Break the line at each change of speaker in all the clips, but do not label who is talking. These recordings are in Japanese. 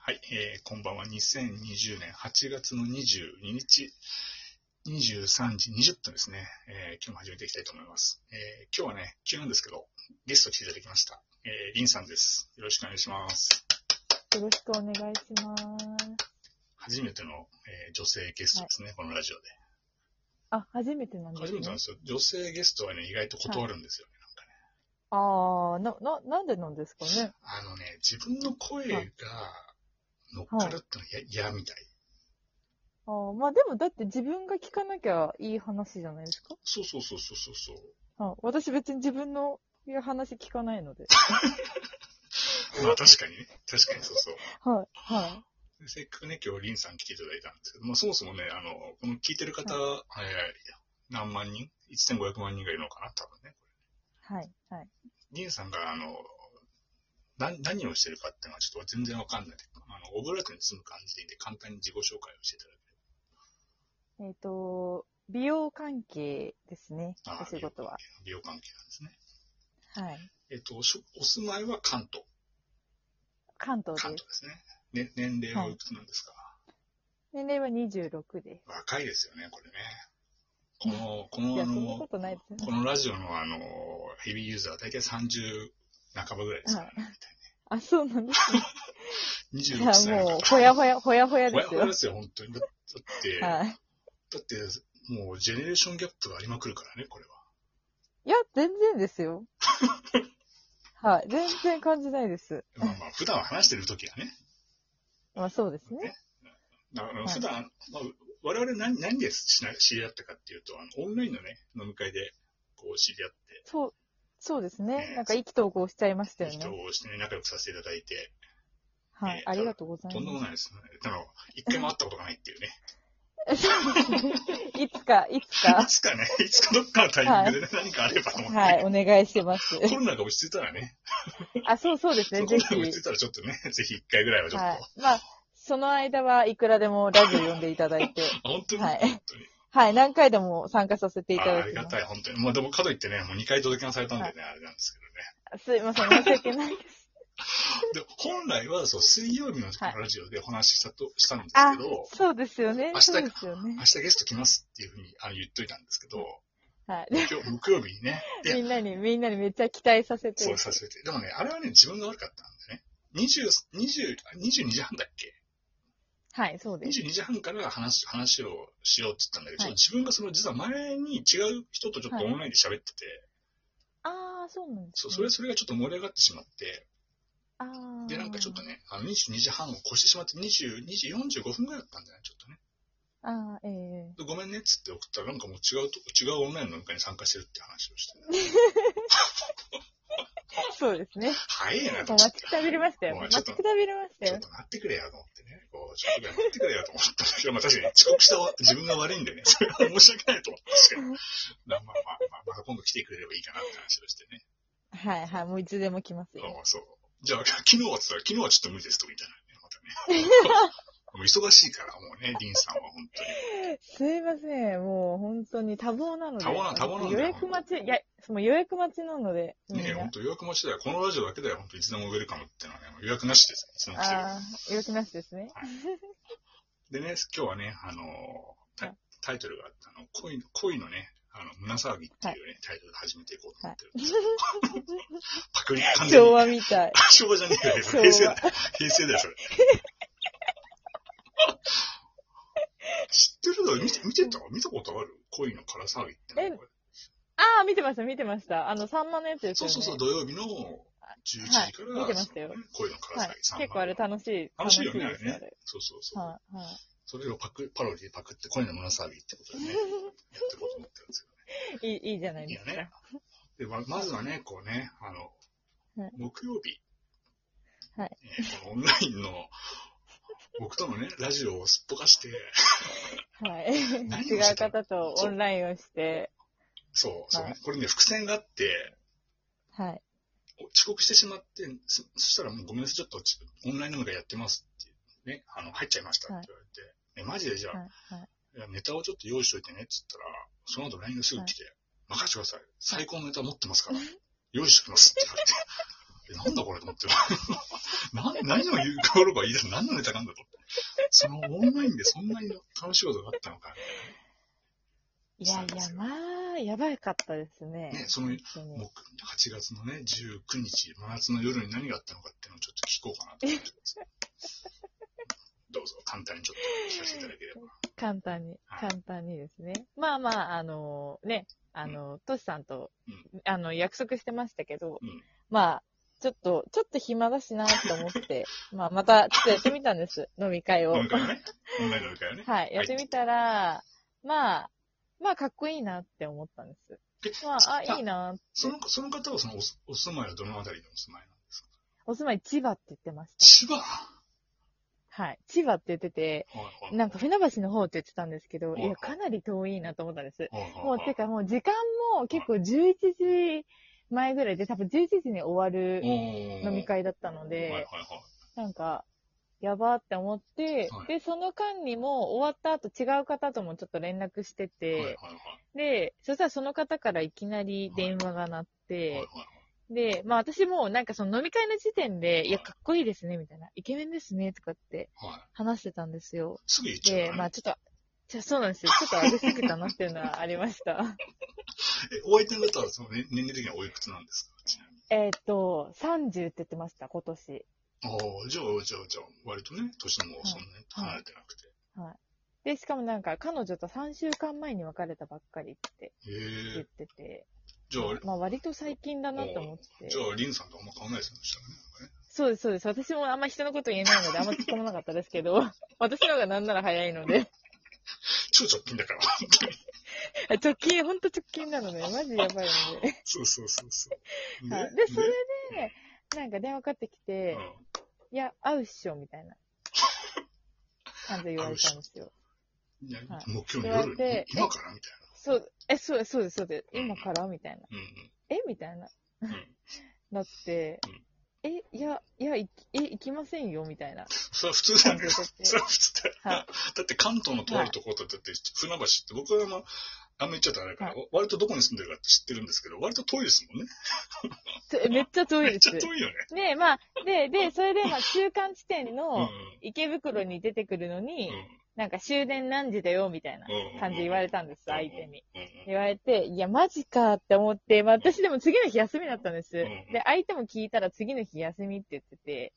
はい、えーこんばんは。2020年8月の22日、23時20分ですね。えー今日も始めていきたいと思います。えー今日はね、急なんですけど、ゲスト来ていただきました。えー、リンさんです。よろしくお願いします。
よろしくお願いします。
初めての、えー女性ゲストですね、このラジオで。
あ、初めてなんです
初
ね。
めてなんですよ。女性ゲストはね、意外と断るんですよね、
ああ、な、な、なんでなんですかね。
なんかね。あのね、自分の声が乗っかるってのは嫌嫌みたい。
あーまあでもだって自分が聞かなきゃいい話じゃないですか。
そうそうそうそうそうそう。
あ私別に自分の話聞かないの で。
まあ確かにね。確かにそうそう。
はい、は
でせっかくね、今日、リンさん来ていただいたんですけど、まあ、そもそもね、あの、この聞いてる方、はいはい、何万人 ?1500 万人がいるのかな多分ね。
い、はい、はい。
リンさんが、あの、な何をしてるかっていうのはちょっと全然わかんない。あの、オブラートに住む感じでいいんで、簡単に自己紹介をしていただけ
えっ、と、美容関係ですね
あ。ー
お仕事は。
美容関係なんですね。
はい。
えっと、しょお住まいは関東。
関東
関
で
東
す。
ですね。ね年齢はいくつなんですか、
年齢は26です。
若いですよね、これね。この、この、
いや、
あ
そんな
の
こ、とないです
こ
ね。
のラジオのあの、ヘビーユーザーは大体30半ばぐらいですからね。
あ、そうなんで すね。
みたい
い
な26
や、
歳の
も
方
う、ほやほや、ほやほや
ほ
で
や
す
ほや
よ
で。すよ、本当に。だだって、
はい。
だって、もうジェネレーションギャップがありまくるからね、これは。
いや、全然ですよ。 はい、全然感じないです。
まあまあ、普段話してる時はね。
まあそうですね。
だから
はい
普段、まあ、我々何何で知な知り合ったかっていうと、あのオンラインのね、飲み会でこう知り合って、
そう、そうですね
ね。
なんか意気投合しちゃいましたよ
人
ね。
をして、ね、仲良くさせていただいて、
はい、ありがとうござい
とんでも
ま
ないですね。あの、一回も会ったことがないって いうね。
す。そうですね。 いつか、いつ
い
か、
つかね、いつかどっかのタイミングでね、何かあればと思って。
はい、お願いしてます。
コロナが落ち着いたらね、
あ、そうそうです
コロ
ね、
ナ
ぜ
が落ち着い
ひ。
たらちょっとね、 ぜひ一回ぐらいはちょっと。
はい。まあ、その間はいくらでもラジオ読んでいただいて、
あ本当に、
はい
本当に。
はい、何回でも参加させていた
ああ
だ
り
き
が
ます
た。い、本当に。まあでも、かといってね、もう2回届けなされたんでね、あれなんですけどね。
すいません、申し訳ないです。
で、本来は、そう、水曜日の
はい
ラジオでお話ししたと、したんです
あ
けど、、
そうですよね
明。日
そうですよね
明。日ゲスト来ますっていうふうにあの言っといたんですけど、
はい。
今日、木曜日にね、
み
で、
んなに、みんなにめっちゃ期待させて
そう。させて。でもね、あれはね、自分が悪かったんでね。20、20、22時半だっけ
はい、そうです。
22時半から話す話をしようって言ったんだけど、
はい
自分がその実は前に違う人とちょっとオンラインで喋ってて、
ああ、そうなんです、
そ
ね。
うそれそれがちょっと盛り上がってしまって、
あー
で、なんかちょっと。ね、あの22時半を越してしまって、22時45分ぐらいだったんじゃないちょっとね。
ああ、ええ
でごめんねっつって送ったら、なんかもう違うとこ、違うオンラインの飲み会に参加してるって話をして、
そうですね。
早いなと
もう
思っ
待
て
ち。くたびれましたよ。
もう
待
ちょっ
ち
と
くたびれました
ちょ
よ
っ。と待ってくれよと思ってね、こう、ちょっとぐらい待ってくれよと思ったんだけど、まあ確かに遅刻した自分が悪いんでね、それは申し訳ないと思って、確かに。まあまあまあ、まあ、また今度来てくれればいいかなって話をしてね。
はいはい。もういつでも来ますよ。
あそう。じゃあ、昨日はつったら、昨日はちょっと無理ですと、みたいなね。またね。 もう忙しいから、もうね、リンさんは本当に。
すいません。もう本当に多忙なので。
多忙な多忙なんだよ
予約待ち、いや、その予約待ちなので。みん
ねえ、
な
本当予約待ちだよ。このラジオだけだよ。本当いつでもウェルカムってのはね、予約なしです。いつでも来てる。
ああ、予約なしですね。
でね、今日はね、あのータイ
はい
タイトルがあったあの、恋の、恋のね、あの、胸騒ぎっていうね、タイトルで始めていこうと思ってるんですけど。パクリ、完全に
昭。和みたい。
昭和じゃねえよ。
昭和
平成だよ。平成だよ、それ。知ってるだろ見て、見てた見たことある恋の空騒ぎってなんかこれ
ああ、見てました、見てました。あの、サンマのやつで
そ
す
う
よね。
そうそう、土曜日の11時から、
はい見てましたよ
そのね恋の空
は
騒
い
ぎ、三。番
結構あれ楽しい。
楽しいよね、あれ
楽ですよ
ね
あれ。
そうそうそう。
はい、はい。
それをパク、パロディでパクって恋の胸騒ぎってことでね、やっていこうと思ってるんですよ。
いい、いいじゃない
いい
で
よ
す
ね
か。。
でままずはね、こうね、あの、
はい
木曜日、
はい
えーこのオンラインの僕とのね、ラジオをすっぽかして、
はい。
何を
違
して
う
た
方とオンラインをして、
そう、そうね、
はい
これね、伏線があって、
はい。お
遅刻してしまって、そそしたらもうごめんなさい、ちょっとちオンライン飲み会やってますって、ね、あの、入っちゃいましたって言われて、ねマジでじゃあ、
はい。はい
いやネタをちょっと用意しといてねって言ったら、その後 LINE がすぐ来て、任せてください。最高のネタ持ってますから、用意しておきますって言われて、 えなんだこれと思って。 な何を言うかおればいいだろ。何のネタなんだと思って。そのオンラインでそんなに楽しいことがあったのか。
いやいや、まあ、やばかったですね。
ねその
本当に
もう8月のね、19日、真夏の夜に何があったのかっていうのをちょっと聞こうかなと思ってます。どうぞ、簡単にちょっと聞かせていただければ。
簡単に、
はい
簡単にですね。まあまあ、あのね、あの、トシさんと、
う
あの、約束してましたけど、
うん
まあ、ちょっと、ちょっと暇だしなと思って、 まあ、また、ちょっとやってみたんです。飲み会を
飲。み会ね。オンラインの飲み会をね。
はい、やってみたら、まあ、まあ、かっこいいなって思ったんです。
で
まあ、
さ
あ、いいな。
そのその方はそのお住お住まいはどのあたりのお住まいなんですか
お住まい千葉って言ってました。
千葉は
はい。千葉って言ってて、
いはい
なんか船橋の方って言ってたんですけど、
はい
いや、かなり遠いなと思ったんです。
はいはい
もう、
はい
てかもう時間も結構11時前ぐらいで、多分11時に終わる
飲
飲み会だったの
はいはい
で、
はい。
なんか、やばって思って、
はい
で、その間にも終わった後違う方ともちょっと連絡してて、
はいはいは
で、そしたらその方からいきなり電話が鳴
い。は
っ
い
て、
はい
で、まあ私もなんかその飲み会の時点で、いや、
はい
かっこいいですね、みたいな、イケメンですね、とかって
はい。
話してたんですよ。
すぐ言っちゃう
で、
からね
まあちょっと、じゃあそうな んですよ。ちょっと上げすぎたなっていうのはありました。
えお相手の方はその年年齢的にはおいくつなんですかちなみに。
えっと、30って言ってました、今年。
ああ、じゃあ、じゃあ、じゃあ、割とね、年もそんなに離れてなくて。
で、しかもなんか彼女と3週間前に別れたばっかりって
へ
言っ
え。
てて、
じゃあ、
まあ割と最近だなと思って
じ。ゃあ、リンさんとあんま変わんないですよね、そしたらね。
そうです、そうです。私もあんま人のこと言えないので、あんま突っ込まなかったですけど、 私の方がなんなら早いので、
超直近だから、本当に。
直近、ほんと直近なので、マジやばいので。
そうそうそうそう。
は
ね
いで、それ
ね
で、なんか電話かかってき
う
て、
ん
いや、会うっしょ、みたいな感じで言われたんですよ。
いや
は
もう今日
言わ
の
れて
夜、今からみたい
そう、え、そうです、そうです、そうです。今からみたいな。
な。
えみたいな。
うんうん。うん。
なって、え、いや、いや、いきえ、行きませんよ、みたいな
それは普通だ
感
よ
じで
ね。
言って
それは普通だよ。
はい。
だって関東のとあるところと、だって船橋って、僕はまあ、あんま言っちゃったらあれだから、割とどこに住んでるかって知ってるんですけど、割と遠いですもんね。
えめっちゃ遠い
めっ
で
ち
す
ゃ。遠いよね。
で、まあ、で、で、それで、まあ、中間地点
うん
の池袋に出てくるのに、なんか終電何時だよ、みたいな感じで言われたんです、相手に。
うん。
言われて、いや、マジかって思って、まあ、私でも次の日休みだったんです。
うん
で、相手も聞いたら次の日休みって言ってて、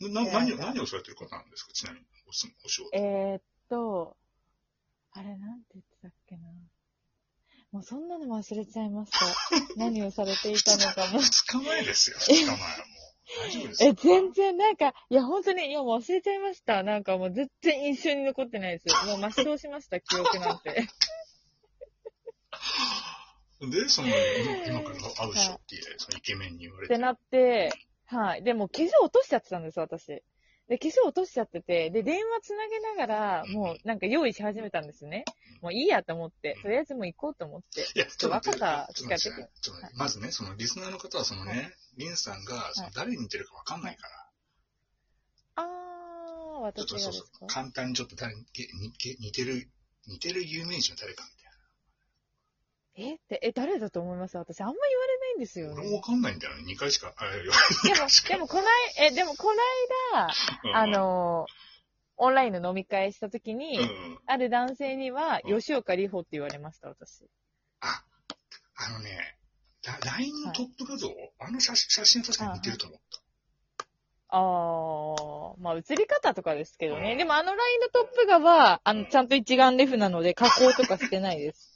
うん。へえ。な、何を、何をされてる方なんですかちなみに、おすお仕事。
えー、っと、あれ、なんて言ってたっけな。もうそんなの忘れちゃい ました。何をされていたのかも。
二日前ですよ、二日前はもう。大丈夫ですよ
え、全然、なんか、いや、本当に、いや、もう忘れちゃいました。なんかもう、全然印象に残ってないです。もう、抹消しました、記憶なん て。
で、その、今今から会うっしょって、そのイケメンに言われ。
っててなって、はい。でも、化粧落としちゃってたんです、私。で、化粧落としちゃってて、で、電話つなげながら、もう、なんか用意し始めたんですね。もういいやと思って、とりあえずもう行こうと思って。
いや、ちょっと待って、
ちょっと若さ
ちょっと待って
違って
ちょっと待ってまずね、そのリスナーの方は、その
は
ね、リンさんが、その誰に似てるかわかんないから、
あー、
ちょっ
私
と
が
そう
です
そう
か、
簡単にちょっと誰にけにけ似てる、似てる有名人は誰かみたいな。
えって、え、誰だと思います私、あんま言われないんですよ
俺
ね。
もわかんないんだよね。2回しか、あ、いや
でも
回し、か
でも、こない、え、でも、こないだ、 あ、の、オンラインの飲み会した時
う
に、
んうん。
ある男性には、
うん
吉岡里帆って言われました、私。
あ、あのね、ラ LINE のトップ画像、あの写真写真は確かに似てると思った。
あー、まあ、映り方とかですけど
う
ね。
ん
でも、あのラインのトップ画は、あ
うん
の、ちゃんと一眼レフなので、加工とかしてない です。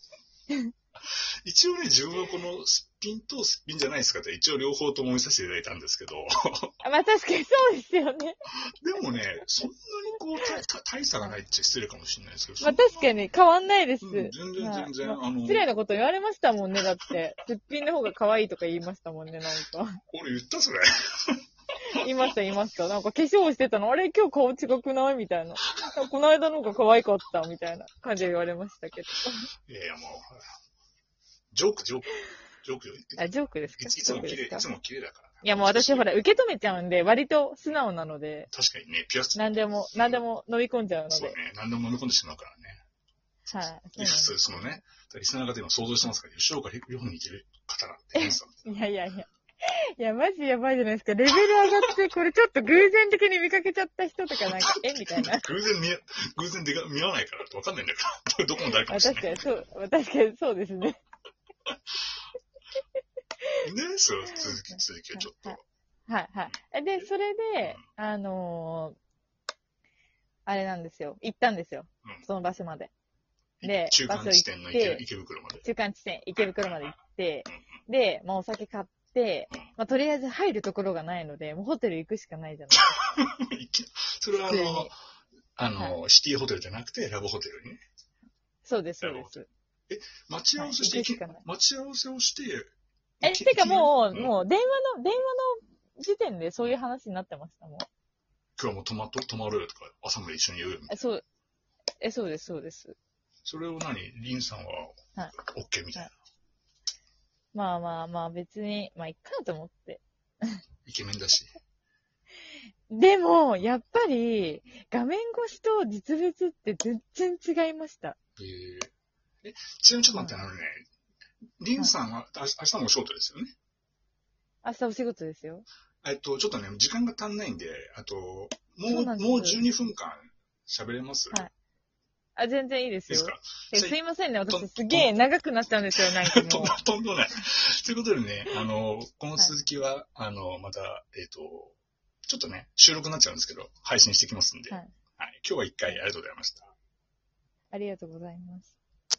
一応ね、自分はこのすっぴんとすっぴんじゃないですかって、一応両方とも見させていただいたんですけど、
あまあ、確かにそうですよね。
でもね、そんなにこう、たた大差がないっちゃ失礼かもしれないですけど、
まあ、確かに変わんないです。
そんなうん全然全然、
はい
あの、
失礼なこと言われましたもんね、だって。すっぴんの方が可愛いとか言いましたもんね、なんか。
俺言ったそれ。
言いました、言いました。なんか化粧してたの、あれ今日顔違くないみたいな。この間の方が可愛かった、みたいな感じで言われましたけど。
いやいや、もう、ジョーク、ジョーク、ジョークよ。い
あ、ジョークですか
つい
ジ
つ
ョー
も
ク
綺麗、い
です
つ
か
も綺麗だから。
いや、もう私ほら、受け止めちゃうんで、割と素直なので、
確かにね、ピアスとか
何でも、何でも飲み込んじゃうの
そう
で。
ね、何でも飲み込んでしまうからね。
はい。そうなん
で
です
そのね、リスナーの方今想像してますから、吉岡里帆に似てる方なんて、皆さん
いやいやいや。いや、マジやばいじゃないですか。レベル上がって、これちょっと偶然的に見かけちゃった人とかなんか、えみたいな。
偶然見え、偶然でか見合わないからわかんないんだけど、 どこも誰か
あ
もしれ
確
ない。
かに、そう、確かにそうですね。
ね、そう、続き、続きをちょっと。
はいはい。で、それで、あのーあれなんですよ。行ったんですよ
う。ん
その場所まで。で
中間地点の池
バス行って
池袋まで。
中間地点、池袋まで行って、で、まあお酒買って、まあとりあえず入るところがないので、もうホテル行くしかないじゃないですか。
いきそれはあ
普通
の
に、
あの、シティホテルじゃなくて、ラブホテルにね。
そうです、そうです。
待ち合わせして、
はい
いき
行くしかない
待ち合わせをして、
え、
いき
てかも、
いうきなり
もう電話の、電話の時点でそういう話になってましたもん。
今日も泊まっと、泊まろうよとか、朝まで一緒に言うよみたいな。
え、そう、え、そうです、そうです。
それを何リンさんは
はい、
OK みたいな。
まあまあまあ別に、まあいっかと思って。
イケメンだし。
でも、やっぱり、画面越しと実物って全然違いました。
えーえ、ちなみにちょっと待って、あのね、リンさんは、あ明日もお仕事ですよね。
明日お仕事ですよ。
えっと、ちょっとね、時間が足んないんで、あと、もう、
そう
も
なんです
う12分間喋れます、
はいあ、全然いいです
で
よ
す。か
え
じゃあ
すいませんね、
と
私すげえ長くなっちゃうんですよ、なんか
と
も
ん
う。
とんでもない。ということでね、あの、この続きは、あの、また、えっ、と、ちょっとね、収録になっちゃうんですけど、配信してきますんで、
は
はいい、今日は一回ありがとうございました。
ありがとうございます。